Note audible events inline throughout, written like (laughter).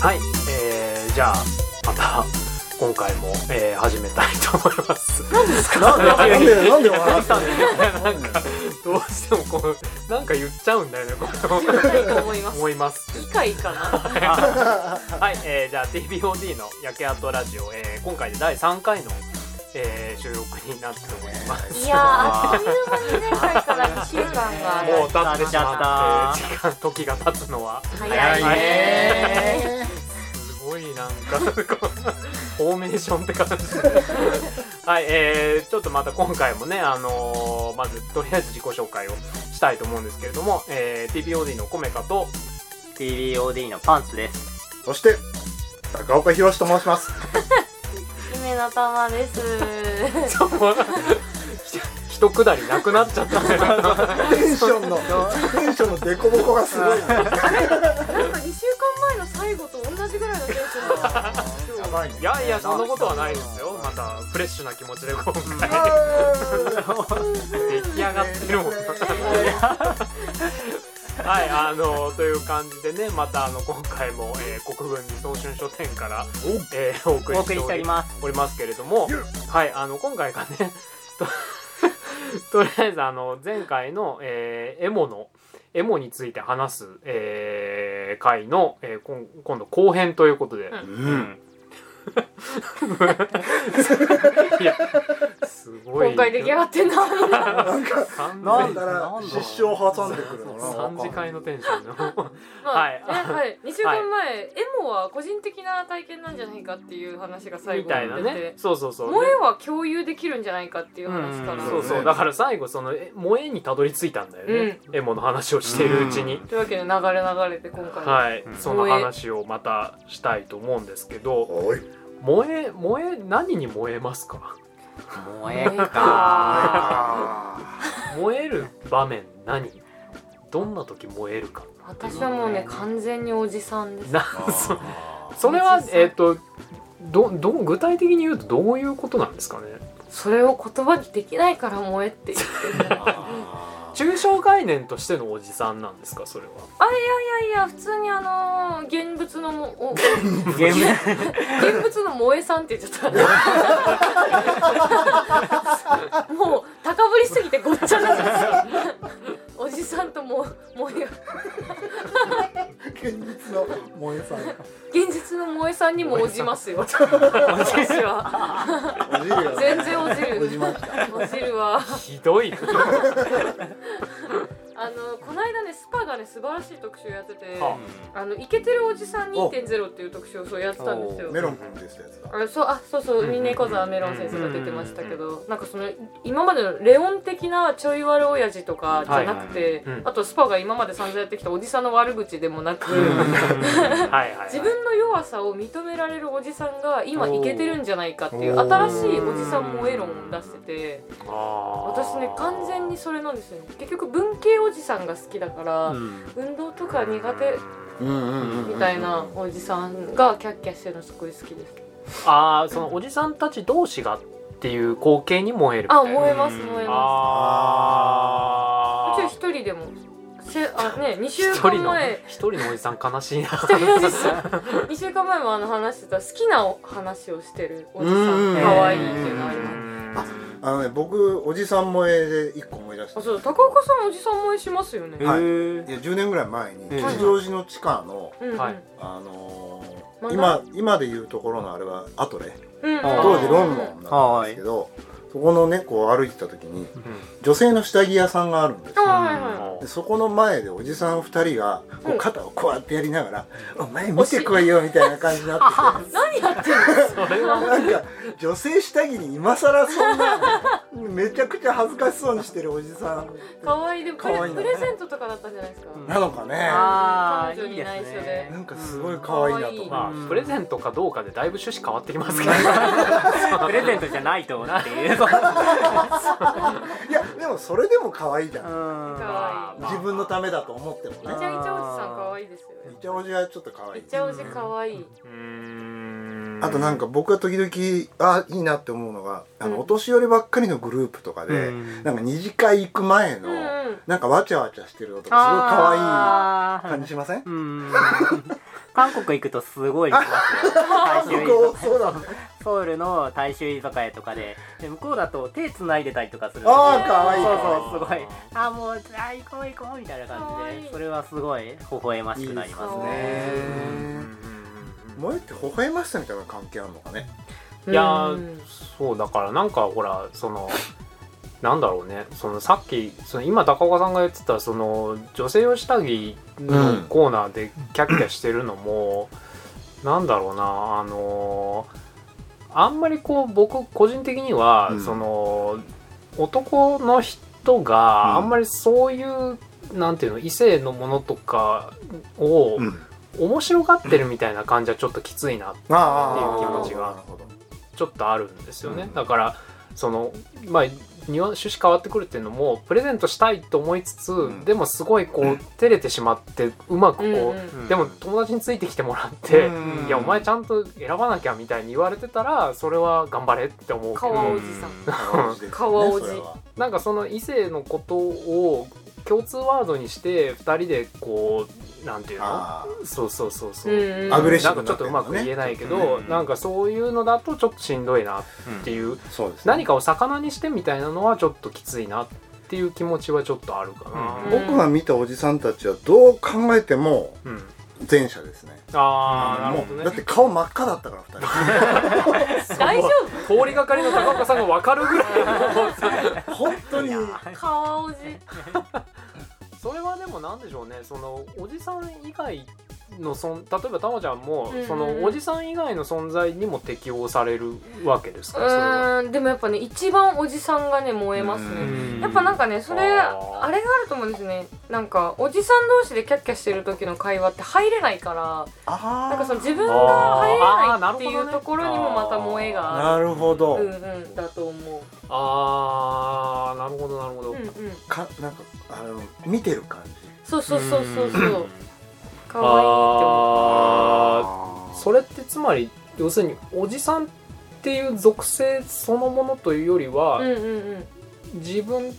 はい、えー、じゃあまた今回も、えー、始めたいと思います。何ですか (laughs) なんなんでなんで笑どうっしたたんんでですすかねなんかどうしてもこうなんか言っちゃうんだよねこうと思います思います。機械かなはい、えー、じゃあ TBOD の焼け跡ラジオ、えー、今回で第3回の、えー、収録になっております。いやーあっという間に前回から2週間がもう経ってしまやっって時間時が経つのは早い早い (laughs) ねねすごいなんかこうフォーメーションって感じですねはいえー、ちょっとまた今回もねあのーまずとりあえず自己紹介をしたいと思うんですけれども、えー、TPOD のコメカと (laughs) TBOD のパンツです。そして高岡宏と申します姫の玉ですちょっと一くだりなくなっちゃったね (laughs) テンションのテンションのデコボコがすごいやなんか2週間前の最後と同じぐらいのテンションだばいねいやいやそんなことはないですよまたフレッシュな気持ちで今回 (laughs) 出来上がってるもんはいあのという感じでねまたあの今回も、えー国分寺早春書店から、えーお送おり送りししてておおりりまます。おりますけれどもはいあの今回がね (laughs) とと (laughs) りあえずあの前回の、えーエモのエモについて話す、えー回の、えーこん今度後編ということで、ううん。いやすごい今回出来上がってんななんか完ななん全んだだら失笑挟んでくるのな三次会のテンションのまあはいねはい、2週間前、エモは個人的な体験なんじゃないかっていう話が最み後たいにな出て、ねそうそうそう萌えは共有できるんじゃないかっていう話かうら、んそうだそうねだから最後そのえ萌えにたどり着いたんだよね、エモの話をしているうちに、うんというわけで流れ流れて今回、はい、うんその話をまたしたいと思うんですけどおい萌え萌え何に燃えます (laughs) か萌えか。燃える場面何どんな時燃えるか私はもうね完全におじさんですな (laughs) そそれはえっ、とどど具体的に言うとどういうことなんですかねそれを言葉にできないから萌えって言ってる抽象概念としてのおじさんなんですかそれはあいやいやいや普通にあのー現物のもお現ゲーム。物の萌えさんって言っちゃったもう高ぶりすぎてごっちゃになっちゃったおじさんとも萌え現実の萌えさん現実の萌えさんにも応じますよ私はおじるよ全然応じおじるました応じるわひどいあのこの間ねスパがね素晴らしい特集やっててはあのイケてるおじさん2.0っていう特集をそうやってたんですよメロン君でしたやつだあそうあそうそううんうんミネコザメロン先生が出てましたけどなんかその今までのレオン的なちょい悪親父とかじゃなくて、はいうんあとスパが今まで散々やってきたおじさんの悪口でもな (laughs) く、はいはい、はい、自分の弱さを認められるおじさんが今イケてるんじゃないかっていうおー新しいおじさん萌え論を出してて私私ね完全にそれなんですよね結局文系おじさんが好きだから、運動とか苦手みたいなおじさんがキャッキャしてるのすごい好きですああそのおじさんたち同士がっていう光景に燃えるみたいあな燃えますうん燃えますあちーょい一人でもせあね2週一間人の前一人のおじさん悲しいな一人のです2 (laughs) 週間前もあの話してた好きなお話をしてるおじさうんん (laughs) 可愛いっていうのありますああのね僕おじさん萌えで一個思い出しあたそう高岡さんおじさん萌えしますよねんはいいや10年ぐらい前にええ吉祥寺の地下のうんうんはいあのー漫今画今で言うところのあれはアトレうんうんあー当時ロンドンなんですけどそこのねこう歩いてた時に女性の下着屋さんがあるんですあよはいはいでそこの前でおじさん2人がこうんう肩をこうやってやりながら「お前見てこいよ」みたいな感じになってて何やってるそれはなんか女性下着に今更そんなめちゃくちゃ恥ずかしそうにしてるおじさん可愛いでもプ可愛レいプねレゼントとかだったんじゃないですかなのかねああ、彼女いいにで内す緒でなね。んかすごい可愛いなと思ってまうあんプレゼントかどうかでだいぶ趣旨変わってき (laughs) ますけどプレゼントじゃないとっていう。いやでもそれでも可愛いじゃん、まあまあ自分のためだと思ってもイチャイねチャおじさん可愛いですよイチャオジはちょっと可愛ねイいチャおじ可愛いうんあとなんか僕は時々あいいなって思うのがあの、うんお年寄りばっかりのグループとかで、うんなんか二次会行く前うの、んうんなんかわちゃわちゃしてるのとかすごい可愛い感じしませんうーん韓国行くとすごい行きますよ大衆居こそうなのソウルの大衆居酒屋とかでで向こうだと手繋いでたりとかするんですよああ可愛いそうそうすごいあーもうあー行こう行こうみたいな可感愛じいでそれはすごい微笑ましくなりますねねうん萌えって微笑ましさみたいなの関係あるのかねいやうんーそうだからなんかほらそのなんだろうねそのさっきその今高岡さんが言ってたその女性用下着のコーナーでキャッキャしてるのも、なんだろうなあのーあんまりこう僕個人的には、うんその男の人があうんんまりそういう、なんていうの異性のものとかをうん面白がってるみたいな感じはちょっときついなああっていう気持ちがなるほどちょっとあるんですよね、うんだからそのまあニュアン趣旨変わってくるっていうのもプレゼントしたいと思いつつ、んでもすごいこう、照れてしまってうまくこう、うんうんうんでも友達についてきてもらって、うんいやお (laughs) 前ちゃんと選ばなきゃみたいに言われてたらそれは頑張れって思うけかどわおじさん川おじですね川おじそれはなんかその異性のことを共通ワードにして2人でこうなんていうのあそうそうそうそう。うんうんアグレッシなブんかちょっとうまく言えないけちょっど、とねなんかそういうのだとちょっとしんどいなっていうあそうですね何かを魚にしてみたいなのはちょっときついなっていう気持ちはちょっとあるかうんな。僕が見たおじさんたちはどう考えてもうん前者ですねああなるもほうどだってね。顔真っ赤だったから二人大丈通りがかりの高岡さんが分かるぐらいの本当に夫かわおじ (laughs) それはでもなんでしょうねそのおじさん以外のそん例えばたまちゃんも、うんうんそのおじさん以外の存在にも適用されるわけですうかそれは。ーんでもやっぱね一番おじさんがね燃えますうねんやっぱなんかねそれあーあれがあると思うんですねなんかおじさん同士でキャッキャしてる時の会話って入れないからあなんかその自分があー入れないってあーなるほどいうねところにもまた萌えがあなるほど、るうんうんだと思うああなるほどなるほど。うんうんかなんかあの見てる感じそうそうそうそうそう可愛いって思うあああそれってつまり要するにおじさんっていう属性そのものというよりは、うんうんうん自分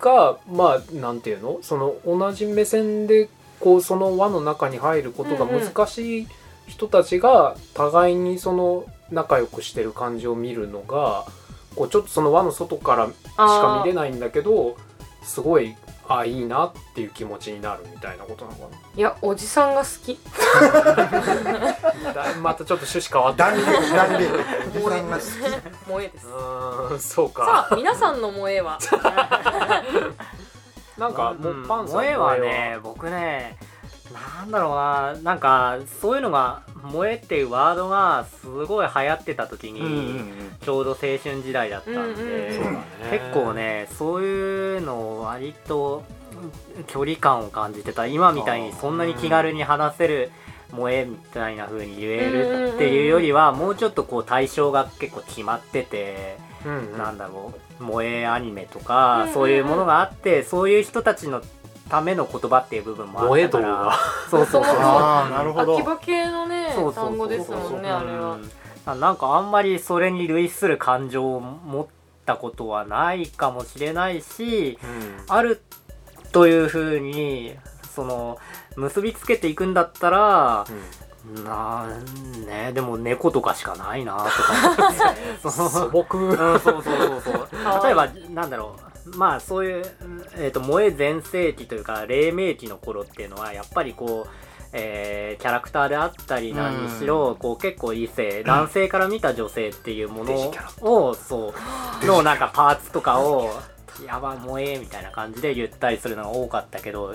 がまあなんていうのその同じ目線でこうその輪の中に入ることがうんうん難しい人たちが互いにその仲良くしてる感じを見るのがこうちょっとその輪の外からしかあ見れないんだけどすごいあいいなっていう気持ちになるみたいなことなのかーいやおじさんが好きなだまたちょっと趣旨変わった断言断言おじさんが好き (laughs) 萌えですうーんそうかさあ皆さんの萌えはなんか、もうパンさん萌えはね僕ねなんだろうななんかそういうのが「萌え」っていうワードがすごい流行ってた時に、ちょうど青春時代だったんで、うそんうだね結構ねそういうのを割とうん距離感を感じてた今みたいにそんなに気軽に話せる萌えみたいな風に言えるっていうよりはもうちょっとこう対象が結構決まってて。うんうんなんだろう萌えアニメとうんうんかうんそういうものがあってそういう人たちのための言葉っていう部分もあ萌っえたか動ら画そうそうそうああなるほど秋葉系のね (laughs) そうそうそう単語ですもんねあれはうんなんかあんまりそれに類する感情を持ったことはないかもしれないしあるというふうにその結びつけていくんだったらなんねでも猫とかしかないなとか思ってその素 (laughs) 朴うんそうそうそうそうはい例えばなんだろうまあそういう、うんえー、と萌え全盛期というか黎明期の頃っていうのはやっぱりこう、えーキャラクターであったり何にしろ、こう結構異性男性から見た女性っていうものデジキャラをそうのなんかパーツとかをやばい萌えみたいな感じで言ったりするのが多かったけど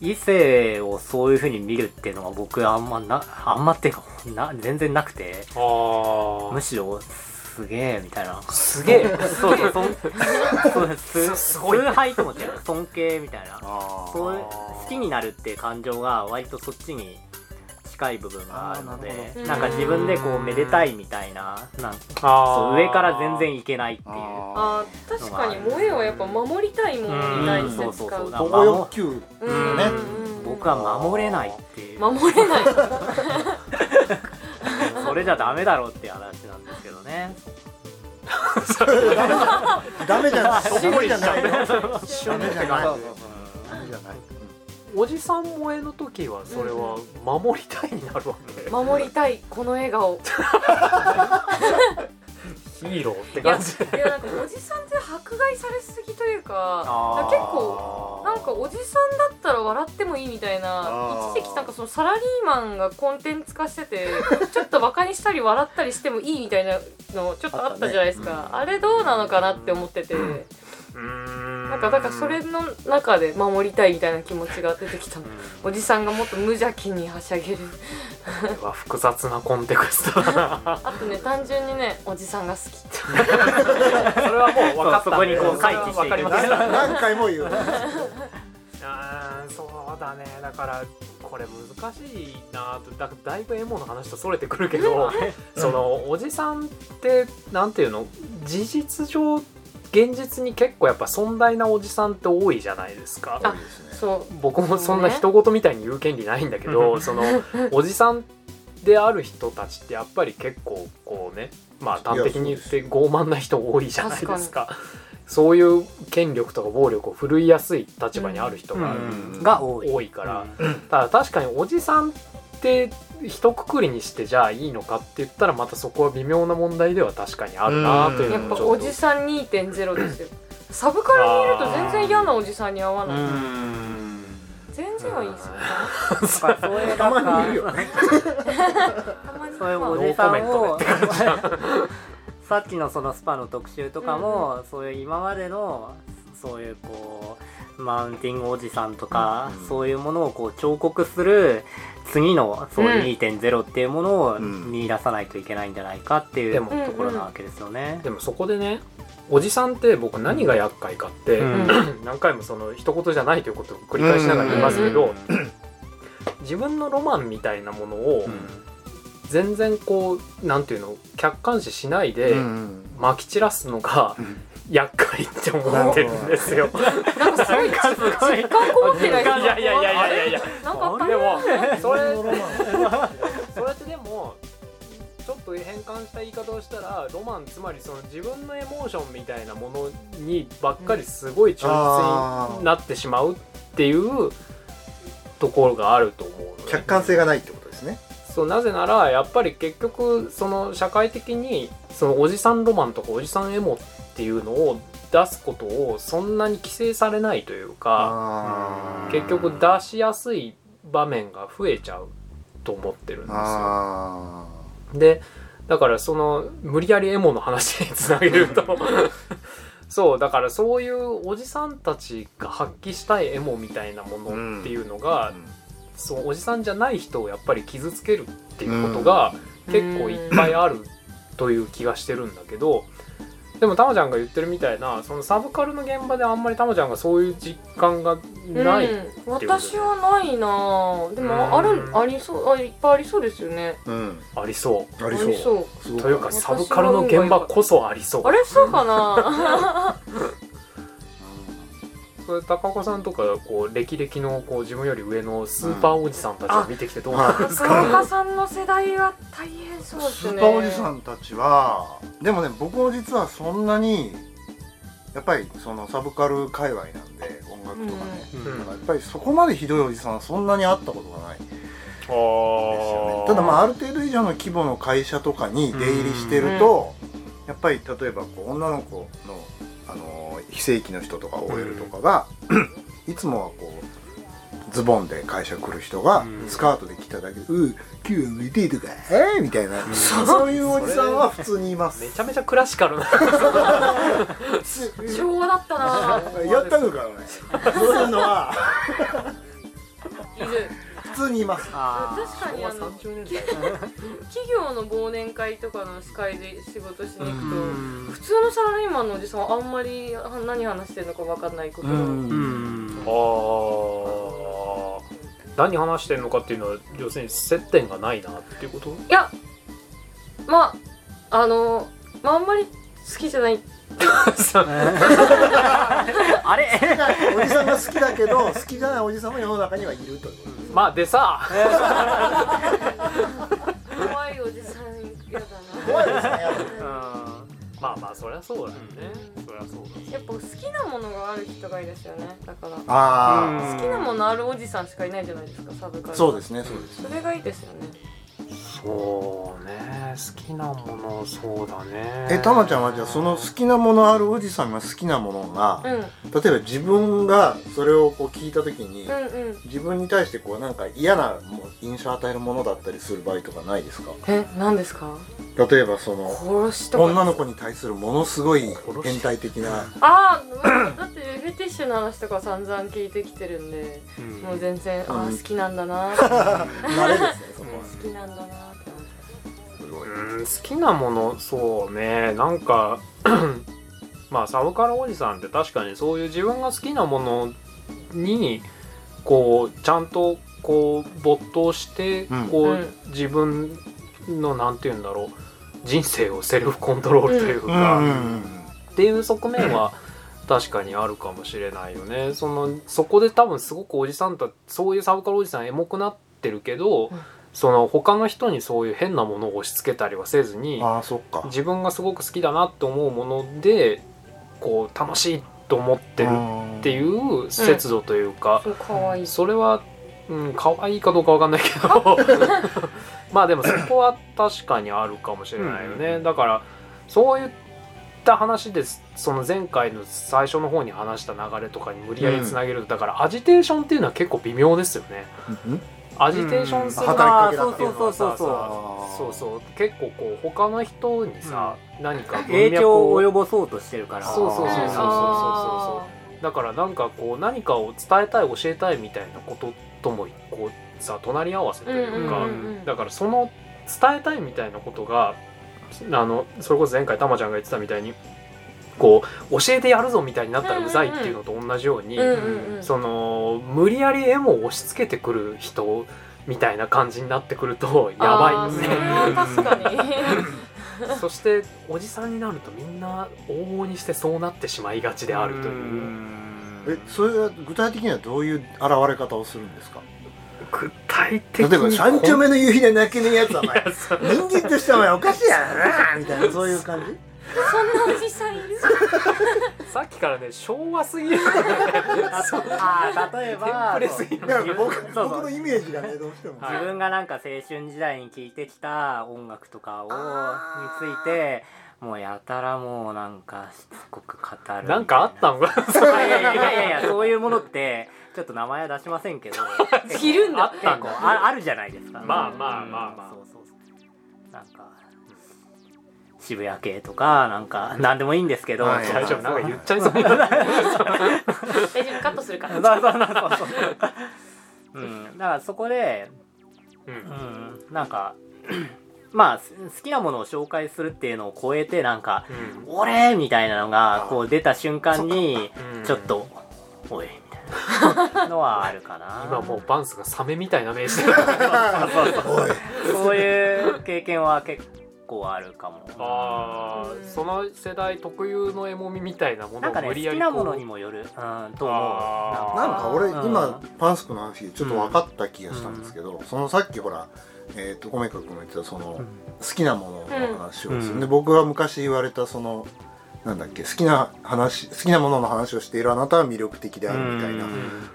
異性をそういう風に見るっていうのは僕あんまなあんまっていうかな全然なくてあむしろすげえみたいなすげえそうそう、そんそうすすすごい崇拝とも違う、尊敬みたいな。あそう好きになるっていう感情が割とそっちに近い部分があるのあーなるでほどなんか自分でこうめでたいみたいななんあそーう上から全然いけないっていうああー確かに萌えはやっぱ守りたいものに対して使ううんあそうそうそう保護欲求うんね僕は守れないっていう守れないそれじゃダメだろうっていう話なんですけどねダメじゃないそこまでじゃないよ一緒ダにメじゃないないダメじゃないおじさん萌えの時はそれは守りたいになるわけ、守りたいこの笑顔ヒーローっていや感じいやなんかおじさんって迫害されすぎというかあー結構なんかおじさんだったら笑ってもいいみたいなあー一時期なんかそのサラリーマンがコンテンツ化しててちょっとバカにしたり笑ったりしてもいいみたいなのちょっとあったじゃないですかあ,、れどうなのかなって思ってて、ななんかだからそれの中で守りたいみたいな気持ちが出てきたのおじさんがもっと無邪気にはしゃげるは複雑なコンテクストだなあとね単純にねおじさんが好きそれはもう分かったそうそこにこう回帰していく分かりまし何た何回も言うあーそうだねだからこれ難しいなとだだいぶエモの話とそれてくるけどそのおじさんってなんていうの事実上現実に結構やっぱ尊大なおじさんって多いじゃないですかあそう僕もそんな人事みたいに言う権利ないんだけど、そのおじさんである人たちってやっぱり結構こうねまあ端的に言って傲慢な人多いじゃないですかそういう権力とか暴力を振るいやすい立場にある人がうんが多い多いから、うんただ確かにおじさんって一括りにしてじゃあいいのかって言ったらまたそこは微妙な問題では確かにあるなというやのっもぱちょおっとじさん2.0ですよサブカルにいると全然嫌なおじさんに合わない、全然はいいですよやっぱそういうたまなんに言かうよねたまにそういうまあおじさんをさっきのそのスパの特集とかも、そういう今までのそういうこうマウンティングおじさんとか、うんそういうものをこう彫刻する次のそういううん2.0っていうものをうん見出さないといけないんじゃないかっていでうもところなわけですよね。でもそこでねおじさんって僕何が厄介かって、うん何回もその一言じゃないということを繰り返しながら言いますけど、自分のロマンみたいなものを全然こうなんていうの客観視しないでうん撒き散らすのがうん厄介って思ってるんですよ。 (laughs) なんかすごいなん (laughs) かすごい実感こもってないですかいやいやいやいやいやなんかあったで (laughs) もそれロマンそれってでもちょっと変換した言い方をしたらロマンつまりその自分のエモーションみたいなものにばっかりすごい忠実にあーなってしまうっていうところがあると思うのね客観性がないってことですねそうなぜならやっぱり結局その社会的にそのおじさんロマンとかおじさんエモっていうのを出すことをそんなに規制されないというかあー結局出しやすい場面が増えちゃうと思ってるんですよ。あでだからその無理やりエモの話につなげるとそうだからそういうおじさんたちが発揮したいエモみたいなものっていうのが、ーそうおじさんじゃない人をやっぱり傷つけるっていうことが結構いっぱいあるという気がしてるんだけど、でもたまちゃんが言ってるみたいなそのサブカルの現場であんまりたまちゃんがそういう実感がない、うん私はないなぁでもあうるんありそうあいっぱいありそうですよねうんありそあありそうすうごくというかサブカルの現場こそありそうあれそうかなそれ高岡さんとかこう歴々のこう自分より上のスーパーおじさんたちを見てきてどうなんです中か、岡さんの世代は大変そうですスーねパーおじさんたちはでもね僕も実はそんなにやっぱりそのサブカル界隈なんで音楽とかね、うんだからやっぱりそこまでひどいおじさんはそんなに会ったことがないですよねただまあある程度以上の規模の会社とかに出入りしてると、やっぱり例えばこう女の子の、あのー非正規の人とか OL とかが、いつもはこうズボンで会社来る人がうんスカートで来ただけで「うん今日は見て」とか「えーみたいな、そういうおじさんは普通にいますめちゃめちゃクラシカ (laughs) ルな昭和だったなぁやったのからねそういうのはいる普通にいますあー確かにあの昭和30年代企業の忘年会とかの司会で仕事しに行くと、うん普通のサラリーマンのおじさんはあんまりあ何話してるのか分かんないことが多い、うんあー何話してんのかっていうのは要するに接点がないなっていう (laughs) こといやまああのまああんまり好きじゃないあれ (laughs) おじさんが好きだけど好きじゃないおじさんも世の中にはいるというまあでさ怖いおじさん嫌だ怖いですねなまあまあそりゃそうだよね、そりゃそうだやっぱ好きなものがある人がいいですよねだから好あきなものあるおじさんしかいないじゃないですかサブカあルそうですすねそうですそねれがいいですよねそうね好きなものそうだねえたまちゃんはじゃあその好きなものあるおじさんが好きなものが、うん例えば自分がそれをこう聞いた時に、うんうん自分に対してこうなんか嫌なもう印象を与えるものだったりする場合とかないですかえ何ですか例えばその殺しとか女の子に対するものすごい変態的なああだってフェティッシュの話とか散々聞いてきてるんでうんもう全然ああうん好きなんだな好慣れですねそこは (laughs) きなんだなって思ってすごいうん好きなものそうねなんか (clears throat) まあサブカルおじさんって確かにそういう自分が好きなものにこうちゃんとこう没頭してうんこう、うん自分のなんて言うんだろう人生をセルフコントロールというか、っていう側面は確かにあるかもしれないよねそのそこで多分すごくおじさんたそういうサブカルおじさんエモくなってるけど、うんその他の人にそういう変なものを押し付けたりはせずにああそっか自分がすごく好きだなって思うものでこう楽しいと思ってるってういう節度というか、そう可愛いそれは、うん、可愛いかどうかわかんないけ (laughs) どまあでもそこは確かにあるかもしれないよね、うんだからそういった話ですその前回の最初の方に話した流れとかに無理やりつなげると、だからアジテーションっていうのは結構微妙ですよねんアジテーションするうんな働あきかけだそうっていそううのそはうそうそうそうそう結構こう他の人にさ、何か文影脈響をを及ぼそうとしてるからそうそうそうそうそうそうそうあだからなんかこう何かを伝えたい教えたいみたいなことともこうさ隣り合わせとーいうか、うんうんうんうんだからその伝えたいみたいなことがあのそれこそ前回たまちゃんが言ってたみたいにこう教えてやるぞみたいになったらうざいっていうのと同じように、うんうんうんその無理やり絵も押し付けてくる人みたいな感じになってくるとやばいですあね。ーそれは確かに (laughs) そしておじさんになるとみんな往々にしてそうなってしまいがちであるという。えそれは具体的にはどういう現れ方をするんですか具体的例えば三丁目の夕日で泣けねえやつはおい前やそう人間としてお前おかしいやろなみたいなそういう感じそんなおじさんいる (laughs) さっきからね昭和すぎ (laughs) るあー例えばテンプレすぎるいや僕そうそう僕のイメージがねどうしてもはい自分がなんか青春時代に聴いてきた音楽とかをについてもうやたらもうなんかしつこく語るみたいなんかあったんかいやいやいやいやそういうものってちょっと名前は出しませ (laughs) んけどいるんだあったんこうかああるじゃないですかまあまあまあまあそうそうそうなんか渋谷系とかなん (laughs) か何でもいいんですけど、はい大丈夫なんか言っちゃいそう大丈夫カットするから (laughs) そうそうそうそう (laughs) そううんだからそこでうんうんなんかまあす好きなものを紹介するっていうのを超えてなんか「俺!」みたいなのがこう出た瞬間にうんちょっと「おい」みたいなのはあるかな (laughs) 今もうバンスがサメみたいな目して (laughs) るおいそういう経験は結構あるかもあーその世代特有のエモみみたいなもなのんかをね無好理やきりなこもうのにもよるうんとあ思ーうなんか俺うん今パンスクの話でちょっと分かった気がしたんですけど、そのさっきほら、えー、と米川君が言ってたその、うん好きなものの話をですね、うんで僕が昔言われたそのなんだっけ好きな話好きなものの話をしているあなたは魅力的であるみたいな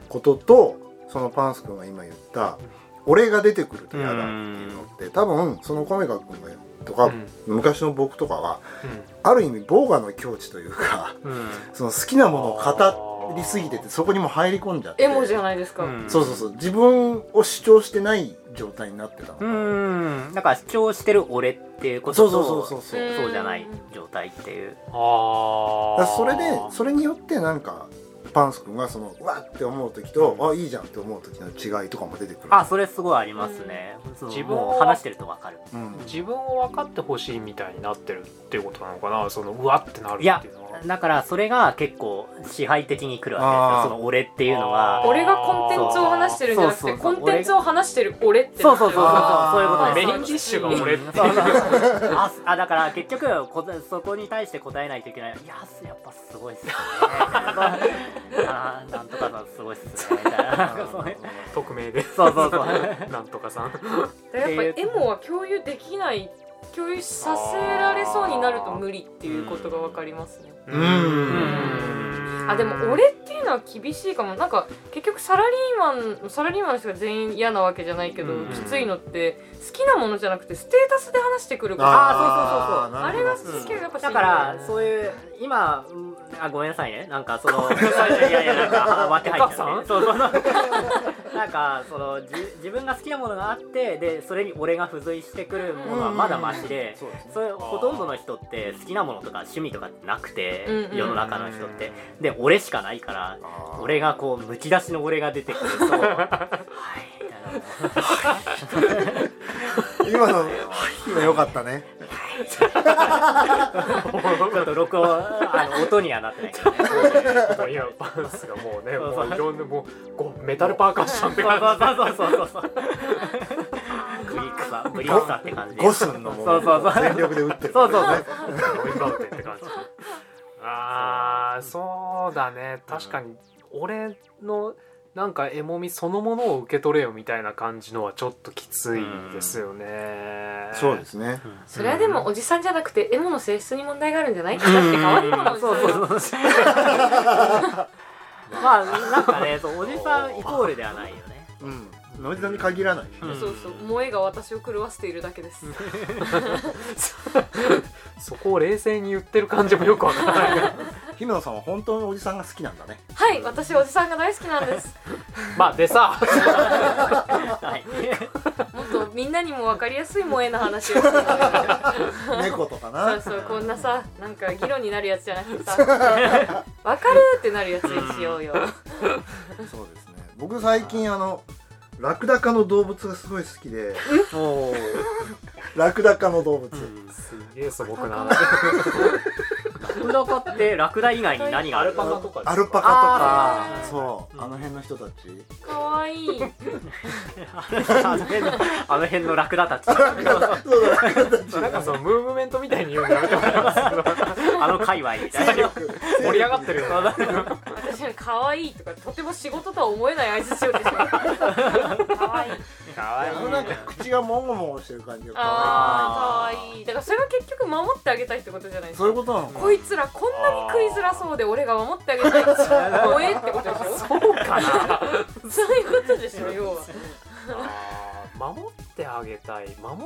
ことと、そのパンス君が今言った俺が出てくると嫌だっていうのって、多分その米川君がとか、うん昔の僕とかはうんある意味ボーガの境地というか (laughs) うんその好きなものを語りすぎててそこにも入り込んじゃってエモじゃないですか、うんそうそうそう自分を主張してない状態になってたのかうな、んだから主張してる俺っていうこそとうとそうそうそうそううんそうじゃない状態っていうあだからーそれでそれによってなんかパンス君がそのうわって思う時と、うんあいいじゃんって思う時の違いとかも出てくるあそれすごいありますね、そう自分をもう話してるとわかるうん自分を分かってほしいみたいになってるっていうことなのかなそのうわってなるっていやいうのはだからそれが結構支配的に来るわけですよその俺っていうのは俺がコンテンツを話してるんじゃなくそうてそうそコうンテンツを話してる俺ってそうそうそうそうあーそういうことメでイすンディッシュが俺っていうああだから結局こそこに対して答えないといけないいややっぱすごいっすねあーなんとかさんすごいっすねみたいな (laughs) そういう匿名でそう (laughs) そうそう (laughs) なんとかさんだからやっぱエモは共有できない共有させられそうになると無理っていうことが分かりますねうんあでも俺っていうのは厳しいかもなんか結局サラリーマンサラリーマンの人が全員嫌なわけじゃないけど、うんきついのって好きなものじゃなくてステータスで話してくることああーれながるほど好きやっぱだからそうういう今うんあごめんなさいねなんかそのいやいやなんか分け入っちゃってそうそうそうなんかそのじ自分が好きなものがあってでそれに俺が付随してくるものはまだマシで、そうですねそれほとんどの人って好きなものとか趣味とかってなくて、うんうん世の中の人ってで俺しかないからあー俺がこうむき出しの俺が出てくるとはいみたいな今の今良かったねちょっと録音あの音にはなってないけどねもう今バンスがもうねもういろんなもうこうメタルパーカッションって感そうそうそうそうそうそうブリクサブリクサって感じで五寸のもそうそうそう全力で打ってるそうそうそうじノイズアウトって感じあーそうだね確かに俺のなんかエモみそのものを受け取れよみたいな感じのはちょっときついですよねそうですねそれはでもおじさんじゃなくてエモの性質に問題があるんじゃないだって可愛いものをそうそうそうまあなんかねそうおじさんイコールではないよねうんノイズに限らないしねそうそう萌えが私を狂わせているだけですそこを冷静に言ってる感じもよくわからない姫野さんは本当におじさんが好きなんだ (laughs) ねはい私おじさんが大好きなんですまあでさはいもっとみんなにも分かりやすい萌えの話をしてほしい猫とかそうなそうこんなさなんか議論になるやつじゃなくてさ「わかる!」ってなるやつにしようよ。そうですね僕最近あのラクダ科の動物がすごい好きでおーラクダ科の動物すげえ素朴なラクダ科ってラクダ以外に何があるのとかアルパカとあかーそうあの辺の人たちかわいい。あの辺のあの辺のラクダた (laughs) ちそうだラクダたちなんかそのムーブメントみたいに言うのやめてもらえますあの界隈みたいな盛り上がって (laughs) るよね私は可愛いとかとても仕事とは思えない相づちをですね。可愛い。かあのなんか口がモゴモゴしてる感じがああ可愛い。だからそれは結局守ってあげたいってことじゃないですそういうか。ことなのかこいつらこんなに食いづらそうで俺が守ってあげたいって萌えってことでしょそうかな (laughs) そういうことでしょ要はあー守ってあげたい守っ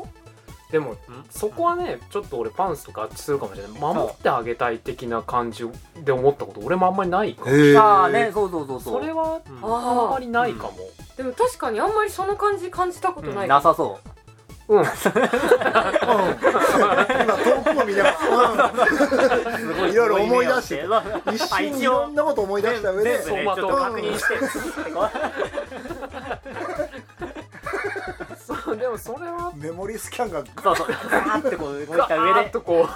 でもそこはねちょっと俺パンスと合致するかもしれない守ってあげたい的な感じで思ったこと俺もあんまりないかもへああねそうそうそうそうそれはうんあんまありないかもあでも確かにあんまりその感じ感じたことないなさそうん今遠くを見ながうすごいろいろ思い出してそうら一瞬いろんなこと思い出した上全で部そうねまあちょっと確認してそうでもそれはメモリースキャンがそうそうガーってこう動いガた上ーッでとこ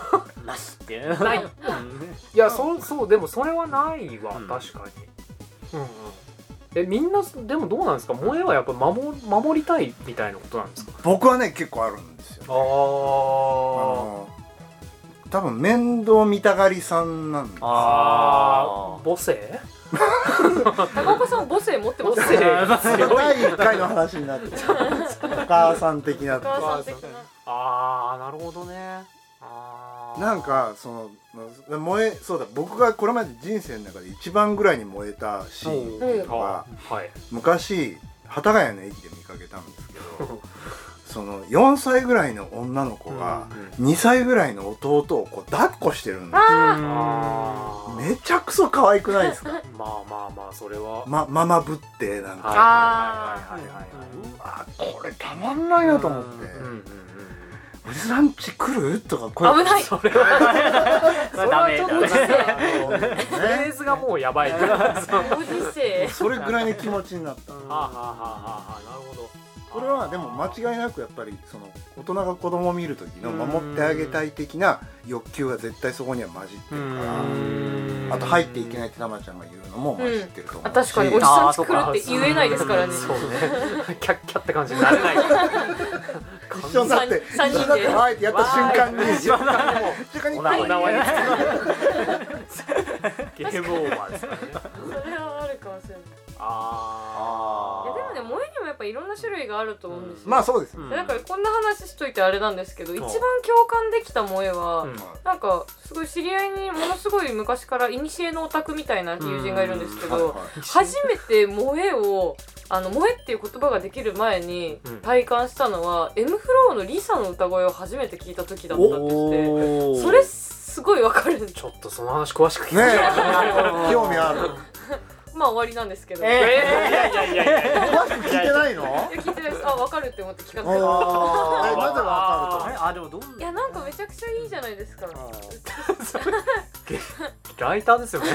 なしってうないうんいやそうそうでもそれはないわ、うん確かにうんうんえみんなでもどうなんですか萌えはやっぱ守守りたいみたいなことなんですか僕はね結構あるんですよあああの多分面倒見たがりさんなんですああー母性高岡さん母性持ってます母性第1回の話になってるお母さん的なお母さん的な (laughs) ああなるほどねあーなんかその燃えそうだ僕がこれまで人生の中で一番ぐらいに燃えたシーンっていうのがあはい昔幡ヶ谷の駅で見かけたんですけどその4歳ぐらいの女の子が2歳ぐらいの弟をこう抱っこしてるんでああーめちゃくそ可愛くないですかまあまあまあそれはまママぶってなんかあはいはいはいはいはいあこれたまんないなと思ってうんうんうん「おじさんち来る?」とかー声危ないそれはそそれれダはメちょっとだねねフレね (laughs) ーズがもうやばい (laughs) からそうご時世それぐらいの気持ちになったはあはあはあはあはあなるほどあこれはでも間違いなくやっぱりその大人が子供を見る時の守ってあげたい的な欲求が絶対そこには混じってるからあと入っていけないってたまちゃんが言うのも混じってると思うし、確かにおじさん作るって言えないですからねそうねキャッキャって感じになれない (laughs) 一緒になって一三緒になって「三人ではい」ってやった瞬間に一番なんで (laughs) も瞬間におはい縄にゲームオーバーですからねそれはあるかもしれないいあやでもね萌えにもやっぱいろんな種類があると思うんですよ、まあそうですね、うんなんかこんな話しといてあれなんですけど一番共感できた萌えは、うんなんかすごい知り合いにものすごい昔から古のオタクみたいな友人がいるんですけはいどはい初めて萌えをあの萌えっていう言葉ができる前にうん体感したのは、エム M フローのリサの歌声を初めて聞いた時だったって言っておそれすごいわかる (laughs) んでちょっとその話詳しく聞きねたいえ興味あるまあ終わりなんですけど、えーいえやいやいやいやいや詳しく聞いてないのいや聞いてないですあわかるって思って聞かせてあーあーなぜわあかれあでもどんいやなんかめちゃくちゃいいじゃないですかライターですよね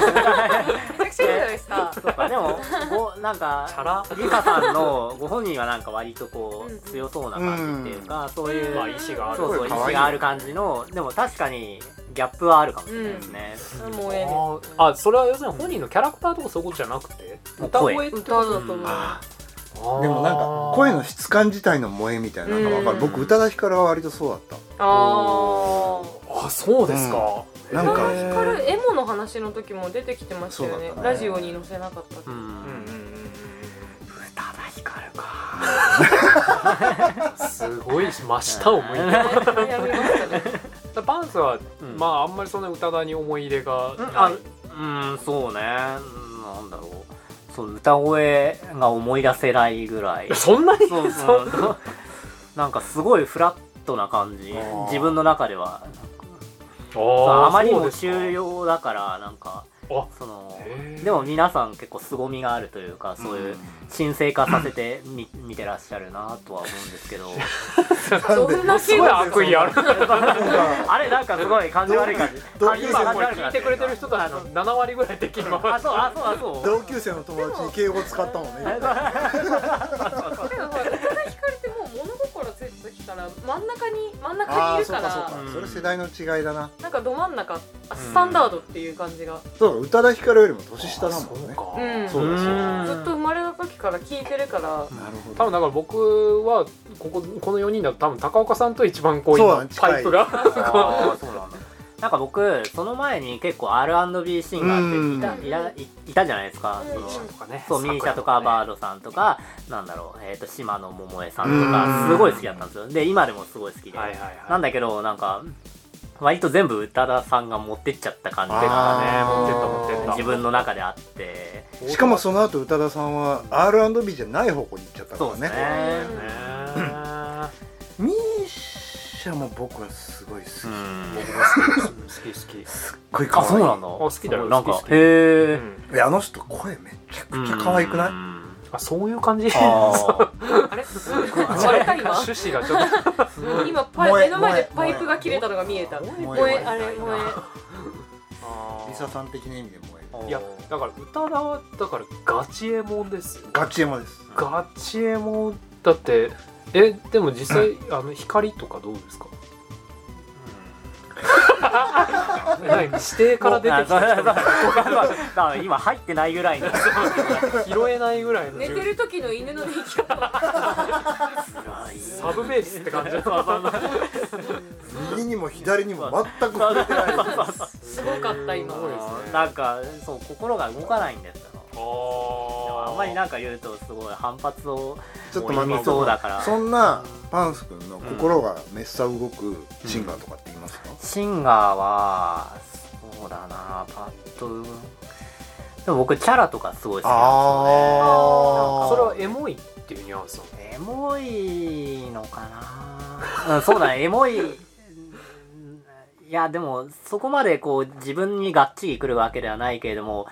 めちゃくちゃいいじゃないですか (laughs) そうかでもごなんかチャラリカさんのご本人はなんか割とこうんうんう強そうな感じっていうか、そういう、まあ意志があるそうそう意かわいい志がある感じのでも確かにギャップはあるかもしれないですね、萌えですあそれは要するに本人のキャラクターとかそういうことじゃなくてもう歌声声って歌だとう思う、んるととでもなんか声の質感自体の萌えみたいなのがわかうるん僕宇多田ヒカルは割とそうだったあーあそうですか、なんなんかか光エモの話の時も出てきてましたよそうねだったねラジオに載せなかったって、うんうんうん宇多田ヒカルかうんすごい真下を向いてるやりましたねパンツは、うんまああんまりそんな宇多田に思い入れがうんなあい、うんそうねうんなんだろうそう歌声が思い出せないぐらいそんなに (laughs) そうそう (laughs) なんかすごいフラットな感じあー自分の中ではそうああまりにそうもですか中庸だからなんかあそのへーでも皆さん結構凄みがあるというかそういう神聖化させてみ (clears throat) 見てらっしゃるなとは思うんですけ (laughs) どなんでどんなすごい悪意あるなんかあれなんかすごい感じ悪い感 (laughs) じ同感級じ (laughs) 生今感これじ悪く聞ないてくれてる人たちの7割ぐらい敵今あそうあそうあ (laughs) そう同級生の友達に敬語使ったもんねでもほら宇多田ヒカルってもう物心ついた時から真ん中に真ん中あにいあるそうかかそうらかそれ世代の違いだななんかど真ん中あスタンダードっていう感じが、そうか宇多田ヒカルよりも年下だもんそねうかうんそうだそうだんずっと生まれた時から聞いてるからなるほ多ど分だから僕はこここの4人だと多分高岡さんと一番こういそうだねう近いパイプがあーそうなんだ (laughs) なんか僕その前に結構 R&B シンガーっていたいたいたじゃないですか、うんそのねそうミーシャとかバードさんとか、なんだろう、えー、と島野桃江さんとかうんすごい好きだったんですよで今でもすごい好きで、はいはいはいなんだけどなんか割と全部宇多田さんが持ってっちゃった感じだねが持ってった持ってっねた自分の中であってしかもその後宇多田さんは R&B じゃない方向に行っちゃったかそうらですねねねミーシャも僕はすごい好きすうっん僕が好き好き好きごい可あ愛いそうなんだあ好きだよなん好かき好きへうえんえあの人声めちゃくちゃ可愛くないあそういう感じ (laughs) あそうーあ (laughs) れあれか今趣旨がちょっと今パイ目の前でパイプが切れたのが見えた萌え萌えあれ萌リサさん的な意味で萌えいやだから歌田はだからガチエモンですよガチエマですガチエモンだってえでも実 (laughs) 際あの光とかどうですか何指定から出てきた人だから今入ってないぐらいに拾えないぐらいえの寝てる時の犬の寝息が (laughs) サブベースって感じ右にも左にも全く触れてないすごかった今すごいですねなんかそう心が動かないんですよああんまりなんか言うとすごい反発をちょっともう意待っ味そうてだからそんなパンス君の心がめっさ動くシンガーとかって言いますかシンガーはそうだなパッとでも僕チャラとかすごい好きあーそれはエモいっていうニュアンスなのエモいのかな、うん、そうだねエモいうんいやでもそこまでこう自分にがっちりくるわけではないけれども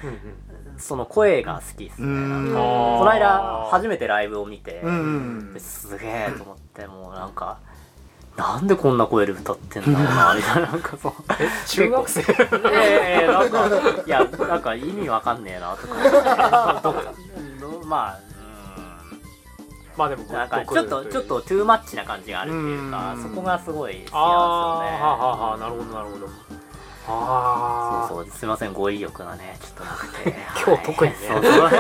その声が好きですねうなんんかこの間初めてライブを見て、うんうんですげえと思ってもうなんかなんでこんな声で歌ってんだろうなみたいななんかそうえ中学生いやいやいやなんか (laughs) いやなんか意 (laughs) 味わかんねえなとかどどまあうーんまあでもグなんッかとちくょっるというちょっとトゥーマッチな感じがあるっていうかうんそこがすごい好きなんですよねああはあはあなるほどなるほどああそうそうすいません語彙力がねちょっとなくて今日特にねはいそうそうなん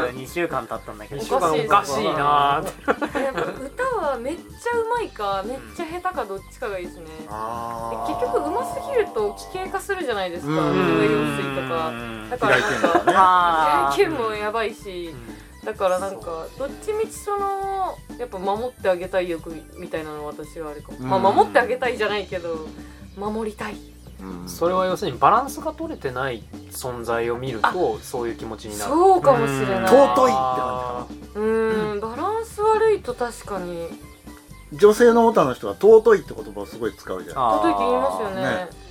か2週間経ったんだけど2週間おかしいなーってやっぱ歌はめっちゃうまいかめっちゃ下手かどっちかがいいですねであ結局うますぎると危険化するじゃないですかうん上用水とかだか平らなん井堅 (laughs) とかねかあー平井堅もやばいしだからなんかどっちみちそのやっぱ守ってあげたい欲みたいなの私はあるかも、まあ、うん守ってあげたいじゃないけど守りたいうんそれは要するにバランスが取れてない存在を見るとそういう気持ちになるそうかもしれない尊いって感じあーうーんバランス悪いと確かに女性のオタの人は尊いって言葉をすごい使うじゃんあ尊いって言いますよねね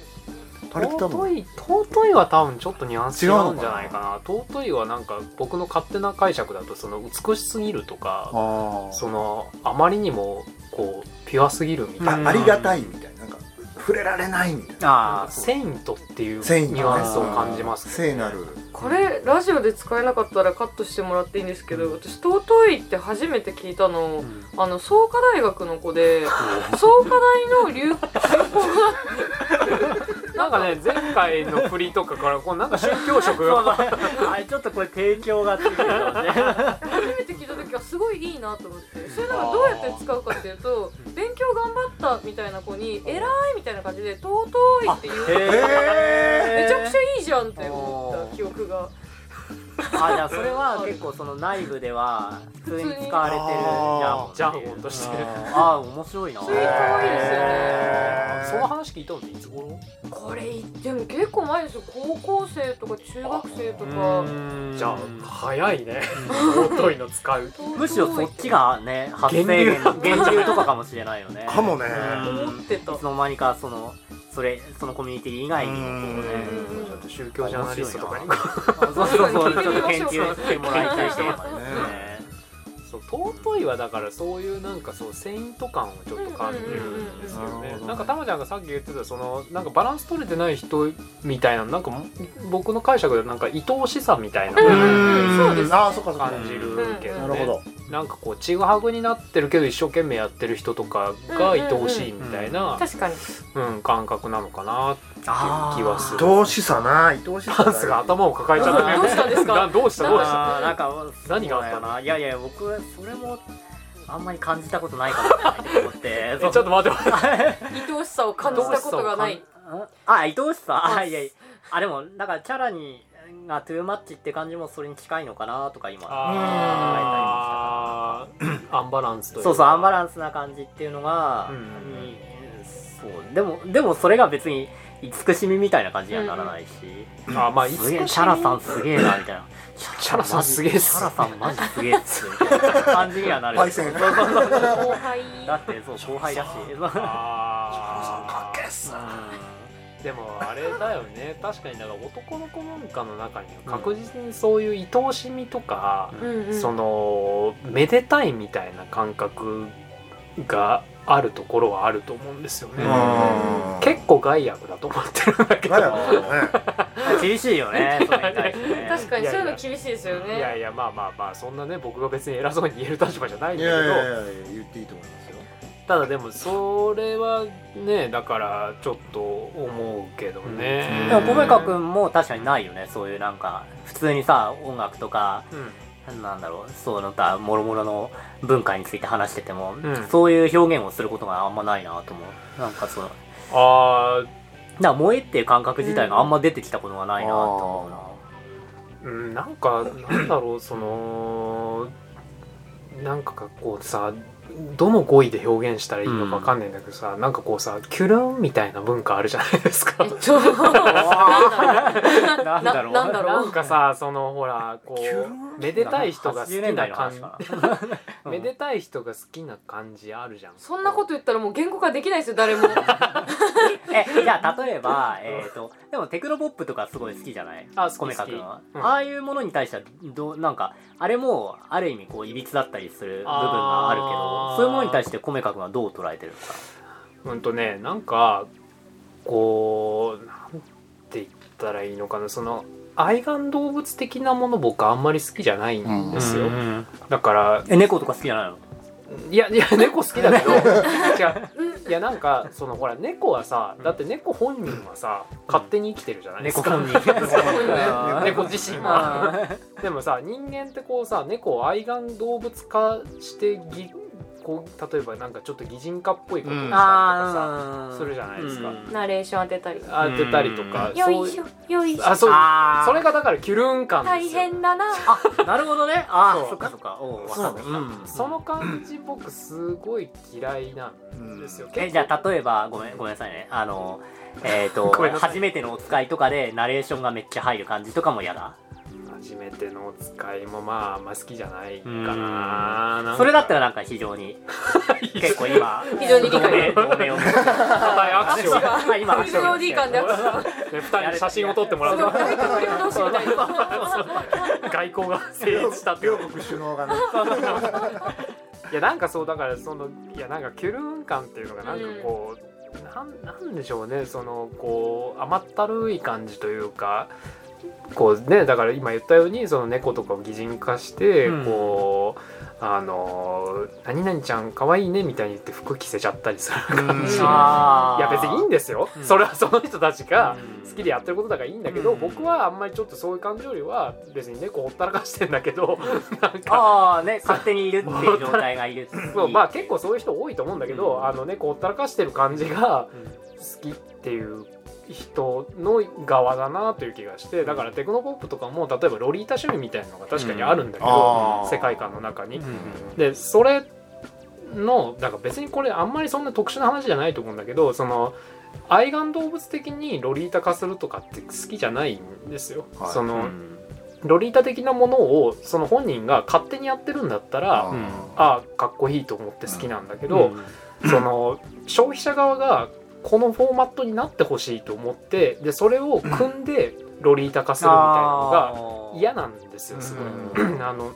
あれって多尊分い尊いは多分ちょっとニュアンス違違うのかなうんじゃないかな尊いはなんか僕の勝手な解釈だとその美しすぎるとかあそのあまりにもこうピュアすぎるみたいあなありがたいみたいななんか触れられないみたいなあーセイントっていうニ聖なュアンスを感じますけどね聖なるこれラジオで使えなかったらカットしてもらっていいんですけど私尊いって初めて聞いたの、んあの創価大学の子で創価大の流流行語なんかね前回の振りとかからこうなんか宗教色があれちょっとこれ提供がついてるのね初めて聞いた時はすごいいいなと思ってそれなんかどうやって使うかっていうと勉強頑張ったみたいな子に「偉い」みたいな感じで「尊い」って言うへえめちゃくちゃいいじゃんって思った記憶があじゃあそれは結構その内部では普通に使われてるあージャンゴンとしてうんあー面 (laughs) 白いなそれ可愛いですよねへーその話聞いたのっていつ頃これでも結構前ですよ高校生とか中学生とかじゃあ早いね尊いの使うむしろそっちがね発生源源流とかかもしれないよねかもねうん思ってたいつの間にかそのそれそのコミュニティ以外にもこうねうんちょっと宗教ジャーナリストとかに面そうそうそうちょ聞いみってとまし研ょう究してもらいたいテーマですねそう尊いはだからそういうなんかそうセイント感をちょっと感じるんですようんうんうんねうんなんかたまちゃんがさっき言ってたそのなんかバランス取れてない人みたいななんか僕の解釈でなんか愛おしさみたいなうんのをうんそうですねああそっかそっか感じるけどねなるほどなんかこうちぐはぐになってるけど一生懸命やってる人とかが愛おしいみたいな、確かにうん、感覚なのかなっていう気はする。愛おしさな愛おしさダンスが頭を抱えちゃったね。どうしたんですかな (laughs) どうしたどうした。あーなんか何があったのそうだよないやいや僕はそれもあんまり感じたことないかもしれないと思ってえちょっと待って待って。愛おしさを感じたことがないあ愛おしさあいやいやあでもなんかチャラにがトゥーマッチって感じもそれに近いのかなとか今考えたりもしたあーアンバランスというかそうそうアンバランスな感じっていうのが、うんうんそうでもでもそれが別に慈しみみたいな感じにはならないし、あーまあすげえチャラさんすげえなみたいなチャラさんすげえっ (laughs) チすャラさんマジすげえっ (laughs) すみたいな感じにはなるパイセン (laughs) そうそうそう後輩だってそう後輩だしあーっすでもあれだよね確かにだから男の子文化の中には確実にそういう愛おしみとか、うんうんそのめでたいみたいな感覚があるところはあると思うんですよね、うん結構害悪だと思ってるんだけど、まだまだね (laughs) 厳しいよねそれに対してね確かいにやいそやういうの厳しいですよいやねいやまあまあまあそんなね僕が別に偉そうに言える立場じゃないんいだやけどいやいやいや言っていいと思いますよただでもそれはねだからちょっと思うけどね、うんでも小早川う君も確かにないよねそういうなんか普通にさ音楽とかんなんだろうそうの他もろもろの文化について話してても、んそういう表現をすることがあんまないなと思うなんかそうだかあーら萌えっていう感覚自体があんま出てきたことがないなと思うな、うんなんかなんだろうそのなんかこうさどの語彙で表現したらいいのかわかんないんだけどさ、なんかこうさキュルンみたいな文化あるじゃないですかえ。っと (laughs) なんだろうなんだろうなんだろうなんかさそのほらこキュルンうめでたい人が好き80年代なの感話 (laughs) じかな (laughs) めでたい人が好きな感じあるじゃん。 (laughs) そんなこと言ったらもう言語化できないですよ誰もえじゃあ例えば、えー、とでもテクノポップとかすごい好きじゃないあ好き米川君は、好きうんああいうものに対してはどうなんかあれもある意味こういびつだったりする部分があるけあーどそういうものに対して米川君はどう捉えてるのかうんとねなんかこうなんて言ったらいいのかなその愛玩動物的なもの僕あんまり好きじゃないんですよ、うんうんだからえ猫とか好きじゃないのいやいや猫好きだ (laughs) けど違ういやなんかそのほら猫はさだって猫本人はさ、勝手に生きてるじゃないです猫か本人あー猫自身はでもさ人間ってこうさ猫を愛玩動物化してぎこう例えばなんかちょっと擬人化っぽいことをしたりとかさ、あするじゃないですかナレーション当てたり当てたりとか、うんよそういしょよいしあょそうあーそれがだからキュルン感で大すよ変だななるほどねあそうあそっかそっかおうわそかうったうんその感じ僕すごい嫌いなんですよ、えじゃあ例えばごめんごめんなさいねあのえっ、と (laughs) ごめんなさい初めてのお使いとかでナレーションがめっちゃ入る感じとかも嫌だ初めてのお使いもまああんま好きじゃないかななんかそれだったらなんか非 (laughs) 常に結構今非常に理解同盟同盟を持って硬い握手をねあ今非常に理解で二人に写真を撮ってもらそのう大統領同士みたいな外交が成立したっていう両国首脳がねいやなんかそうだからそのいやなんかキュルン感っていうのがなんかこう、なんなんでしょうねそのこう甘ったるい感じというかこうねだから今言ったようにその猫とかを擬人化して、うんこうあの「何々ちゃん可愛いね」みたいに言って服着せちゃったりする感じ。いうんあーや別にいいんですよ、うんそれはその人たちがうん好きでやってることだからいいんだけど、うん僕はあんまりちょっとそういう感じよりは別に猫ほったらかしてんだけ (laughs) どなんかああね勝手にいるっていう状態がいる (laughs) そうまあ結構そういう人多いと思うんだけど、うんあの猫ほったらかしてる感じが好きっていう人の側だなという気がしてだからテクノポップとかも例えばロリータ趣味みたいなのが確かにあるんだけど、あー世界観の中に。うでそれのだから別にこれあんまりそんな特殊な話じゃないと思うんだけどその愛玩動物的にロリータ化するとかって好きじゃないんですよ。はいそんのロリータ的なものをその本人が勝手にやってるんだったら、あーかっこいいと思って好きなんだけど、その消費者側がこのフォーマットになってほしいと思ってでそれを組んでロリータ化するみたいなのが嫌なんですよすごい。(clears throat) うあの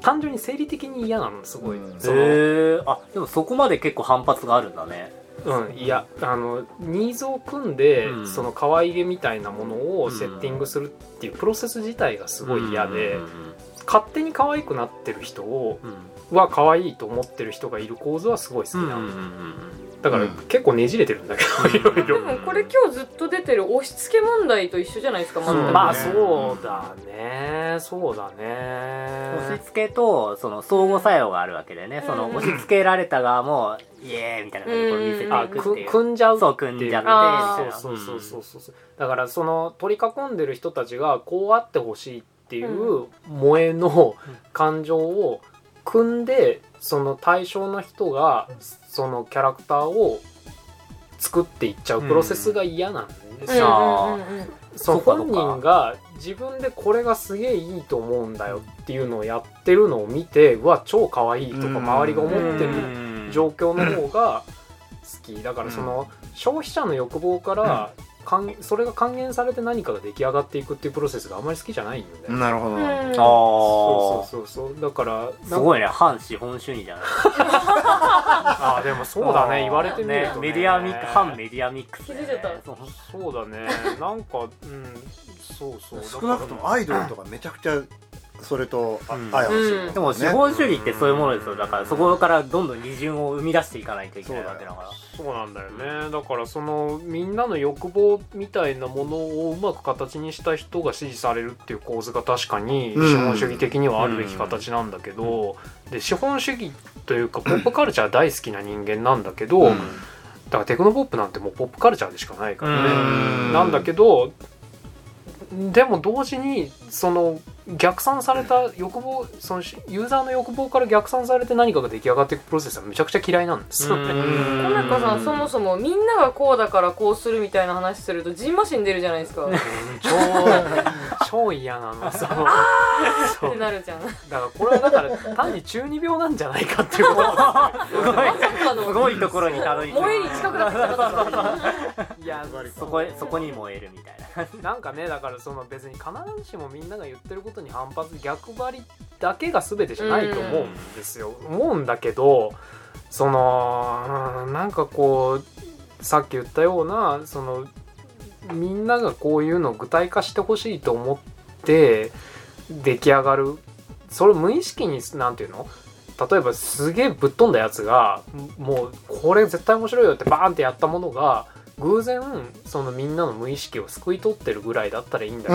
単純に生理的に嫌なのすごい。うんそへのえあでもそこまで結構反発があるんだねうん、いやあのニーズを組んで、うんその可愛げみたいなものをセッティングするっていうプロセス自体がすごい嫌で、うん勝手に可愛くなってる人をうんは可愛いと思ってる人がいる構図はすごい好きうんうんなうんの、うんだからうん結構ねじれてるんだけど、いろいでろもこれ今日ずっと出てる押し付け問題と一緒じゃないですか、そう全くまあそうだねそうだ押ねし付けとその相互作用があるわけでね、そのうん押し付けられた側もイエーイみたいな感じでこう見せていあくってくいう、組んじゃうそう組んじゃってあーそうそうそうそうそうだからその取り囲んでる人たちがこうあってほしいっていう萌えのうん感情を組んでその対象の人がそのキャラクターを作っていっちゃうプロセスが嫌なんですうんよ、うんうんうんそのそうかそ本うか人が自分でこれがすげえいいと思うんだよっていうのをやってるのを見てうわ超可愛いとかうん周りが思ってるる状況の方が好きだからその消費者の欲望から還それが還元されて何かが出来上がっていくっていうプロセスがあまり好きじゃないんだよね。なるほどうんあそあうそうそうそうだからなんかすごいね反資本主義じゃないあーでもそうだね言われてみると、ね、メディアミック反メディアミックスだよね気づいちゃったそうそうだねなんかうんそうそう少なくともアイドルとかめちゃくちゃそれとあうん相反するうんでも資本主義ってそういうものですよだからそこからどんどん二順を生み出していかないといけないわけだからそうなんだよねだからそのみんなの欲望みたいなものをうまく形にした人が支持されるっていう構図が確かに資うん本主義的にはあるべき形なんだけど、で資本主義というかポップカルチャー大好きな人間なんだけど、だからテクノポップなんてもうポップカルチャーでしかないからね、うんなんだけどでも同時にその逆算された欲望そのユーザーの欲望から逆算されて何かが出来上がっていくプロセスはめちゃくちゃ嫌いなんですよね。小中さんそもそもみんながこうだからこうするみたいな話するとジンマシン出るじゃないですかっ超超嫌なのそうそうてだかなるじゃんまらこれはだから単に中二病なんじゃないか (laughs) っていうことさかすのごいところにたどり着萌えに近くなってきたからいやそこへそこに燃えるみたいななんかねだからその別に必ずしもみんなが言ってることに反発逆張りだけが全てじゃないと思うんですよ、思うんだけどそのうんなんかこうさっき言ったようなそのみんながこういうのを具体化してほしいと思って出来上がるそれ無意識に何て言うの例えばすげえぶっ飛んだやつがもうこれ絶対面白いよってバーンってやったものが偶然そのみんなの無意識をすくい取ってるぐらいだったらいいんだけど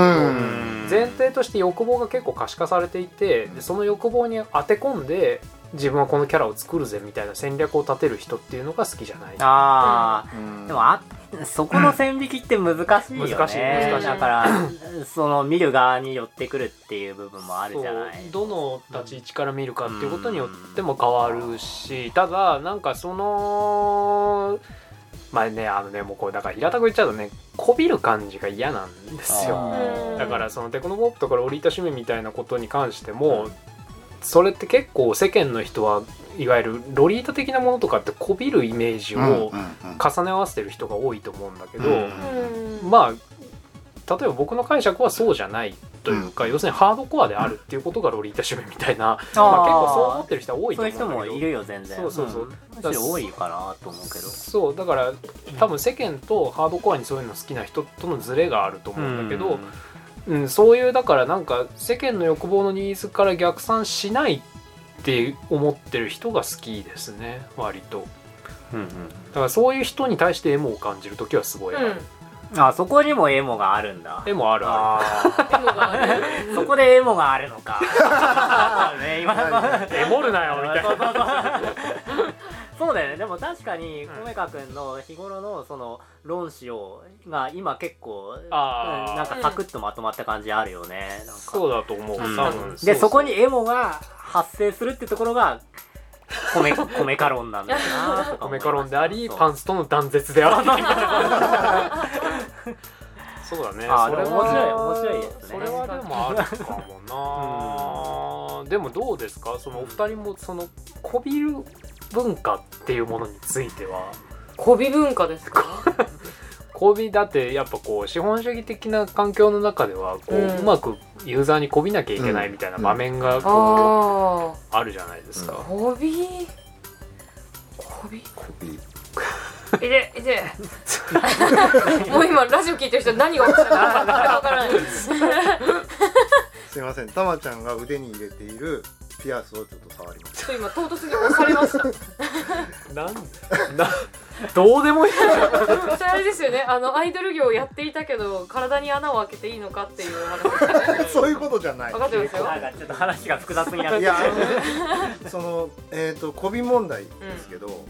前提として欲望が結構可視化されていてでその欲望に当て込んで自分はこのキャラを作るぜみたいな戦略を立てる人っていうのが好きじゃないあ、うん、でもあそこの線引きって難しいよね、うん、難しい難しいだからその見る側に寄ってくるっていう部分もあるじゃないどの立ち位置から見るかっていうことによっても変わるし、うん、ただなんかそのまあねあのねもうこれだから平たく言っちゃうとねこびる感じが嫌なんですよだからそのテクノポップとかロリータ趣味みたいなことに関しても、それって結構世間の人はいわゆるロリータ的なものとかってこびるイメージを重ね合わせてる人が多いと思うんだけど、まあ例えば僕の解釈はそうじゃないというか、要するにハードコアであるっていうことがロリータ趣味みたいな、まあ、結構そう思ってる人は多いと思うそういう人もいるよ全然そうそうそう、むしろ多いかなと思うけどそうだから多分世間とハードコアにそういうの好きな人とのズレがあると思うんだけど、うん、そういうだからなんか世間の欲望のニーズから逆算しないって思ってる人が好きですね割と、うんうん、だからそういう人に対してエモを感じる時はすごいある、うん、あそこにもエモがあるんだエモあるあるそこでエモがあるの (laughs) かね、今エモるなよみたい (laughs) なそうだよねでも確かに米川君の日頃のその論旨をが今結構、うん、なんかサクッとまとまった感じあるよね、うん、そうだと思う、うん、多分でそこにエモが発生するってところが (laughs) 米米カロンなんだな米カロンでありパンツとの断絶であ (laughs) るそうだねあそれ面白い面白いですねそれはでもあるかもな、うん、でもどうですかそのお二人もそのこびる文化っていうものについてはこび文化ですかこびだってやっぱこう資本主義的な環境の中ではこう,うん、うまくユーザーにこびなきゃいけないみたいな場面がこう、あるじゃないですか。こびこびこびいでいでもう今ラジオ聞いてる人何が起きたか分からないですすいませんたまちゃんが腕に入れているピアスをちょっと触りまし今唐突に押されました。なんな (laughs) どうでもいい。それあれですよね。あのアイドル業をやっていたけど体に穴を開けていいのかっていう話。 (laughs) そういうことじゃない。。分かってますよ。なんかちょっと話が複雑になって、いや、ね、 (laughs) そのえっ、ー、とコビ問題ですけど、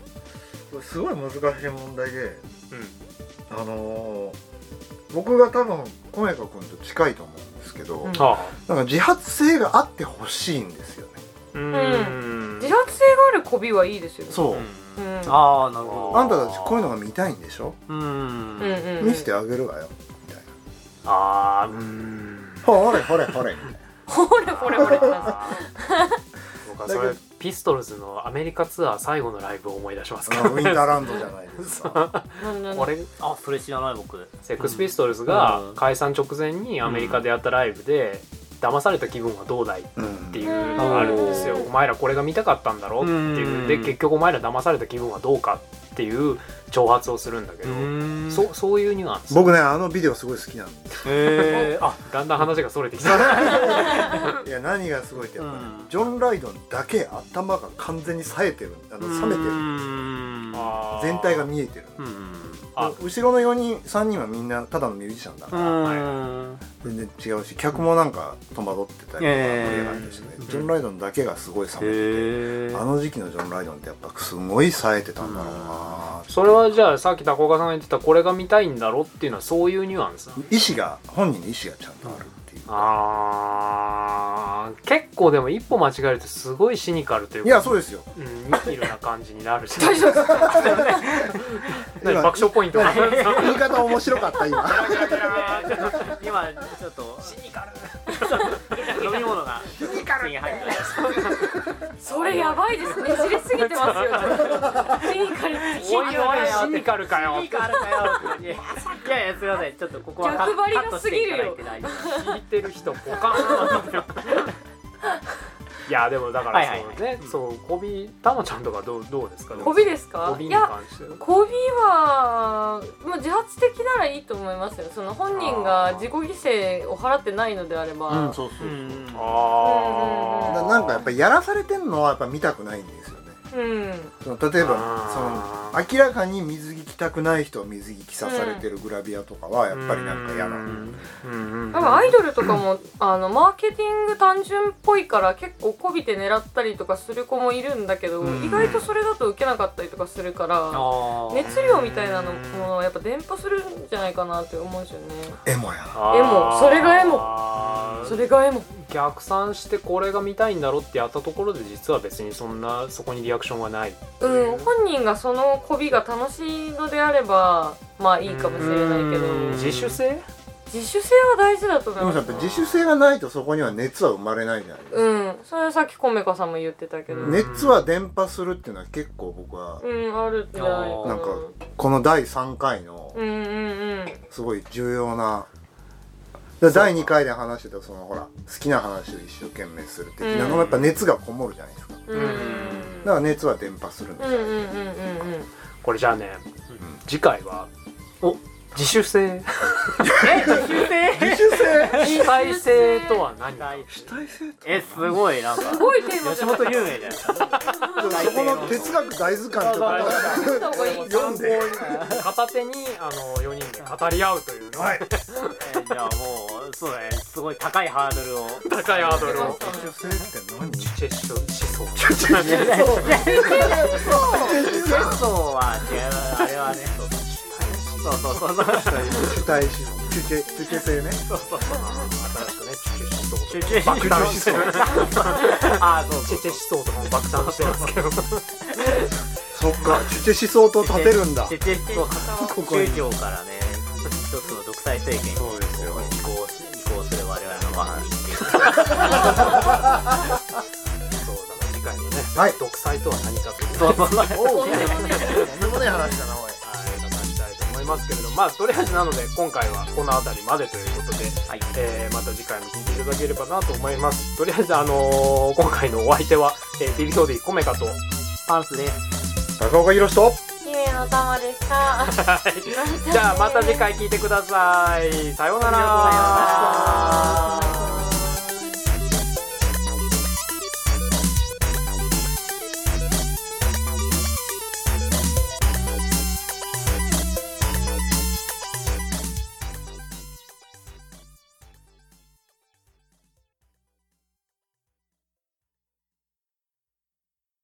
うん、すごい難しい問題で、うん、あのー、僕が多分小宮君と近いと思うんですけど、うん、なんか自発性があってほしいんですよね。うん、自発性があるこびはいいですよねそう、うんああなるほどあんたたちこういうのが見たいんでしょ、うん、見せてあげるわよみたいなああうんほれほれほれほれほれほれそれピストルズのアメリカツアー最後のライブを思い出しますから、ウィンターランドじゃないです (laughs) か俺あそれ知らない僕セックスピストルズが解散直前にアメリカでやったライブで、騙された気分はどうだいっていうのがあるんですよ、うん、お前らこれが見たかったんだろっていう、で結局お前ら騙された気分はどうかっていう挑発をするんだけど、うそそういうニュアンス僕ねあのビデオすごい好きなんですへえあだんだん話がそれてきたいや何がすごいってやっぱ、ね、うん、ジョン・ライドンだけ頭が完全に冴えてるあの冷めてる全体が見えてる、後ろの4人3人はみんなただのミュージシャンだから、はい、全然違うし客もなんか戸惑ってたりとか盛り上がったしね、ジョン・ライドンだけがすごい冷めててあの時期のジョン・ライドンってやっぱすごい冴えてたんだろうなそれはじゃあさっき高岡さんが言ってたこれが見たいんだろっていうのはそういうニュアンス意思が本人の意思がちゃんとあるっていう、うん、あ結構でも一歩間違えるとすごいシニカルというかいやそうですよ、うん、ニキルな感じになるし (laughs) 大丈夫ですか爆笑ポイント言い方面白かった (laughs) 今今ちょっとシニカル飲み物がシニカルそれやばいですね知りすぎてますよシニカルシニカルかよシニカルかよいやいやすいませんちょっとここは逆張りがすぎるよ聞いてる人ポカンいやでもだからはいそはういね、はいそうコビたまちゃんとかどうどうですかこびですかコビいにや関してはこびはもう自発的ならいいと思いますよその本人が自己犠牲を払ってないのであれば、うんそうそう、あなーなんかやっぱやらされてんのはやっぱ見たくないんですよねうんその例えばそのあー明らかに水着着たくない人は水着着さされてるグラビアとかはやっぱりなんか嫌なうんんうんうん多分アイドルとかもあのマーケティング単純っぽいから結構こびて狙ったりとかする子もいるんだけど、うん意外とそれだと受けなかったりとかするからあー熱量みたいなのものはやっぱ伝播するんじゃないかなって思うんですよねエモやなあーエモそれがエモあーそれがエモ逆算してこれが見たいんだろうってやったところで実は別にそんなそこにリアクションはないうん本人がそのこびが楽しいのであればまあいいかもしれないけどうん自主性自主性は大事だと思でいもまさやすっぱ自主性がないとそこには熱は生まれないじゃないですか、うんそれはさっきコメカさんも言ってたけどうんね熱は伝播するっていうのは結構僕はうんあるんじゃないかななんかこの第3回のうんうんうんすごい重要なだから第2回で話してたそのほら好きな話を一生懸命する的なのうんもやっぱ熱がこもるじゃないですかだかうんうんら熱は伝播するんでうすんよ、うんうんうんうんこれじゃあね、次回はお自主性主自主性体性とは何かえすごいなんかすごいテーマじゃ吉ない本有名じゃないですかそこの哲学大図鑑ちょっ作った方がいいと読んで片手にあの4人で語り合うという、はいえーじゃあもうそうだねすごい高いハードルを高いハードルを自主性って何チェッシュ思想ゲストは違うあれはねそうそうそうそ主う体主主主主性ね新しくねチェッシュ思想集中して爆弾思想あーそうチェチェ思想とかも爆誕してますけどそっか主主思想と立てるんだチェチェそう (laughs) ここに宗教からね一つの独裁政権にそうですよ移行す移行する我々のワンっていう (laughs) そうだから次回のね、はい独裁とは何かというそうそうそうおうとんでもねえ話だなおいはい、話したいと思いますけれどまあとりあえずなので今回はこの辺りまでということで、はいえーまた次回も聞いていただければなと思いますとりあえずあのー今回のお相手は、えー、ビビ表でコメカとパンスです高岡宏と姫の玉でしたじゃあまた次回聞いてくださいさようなら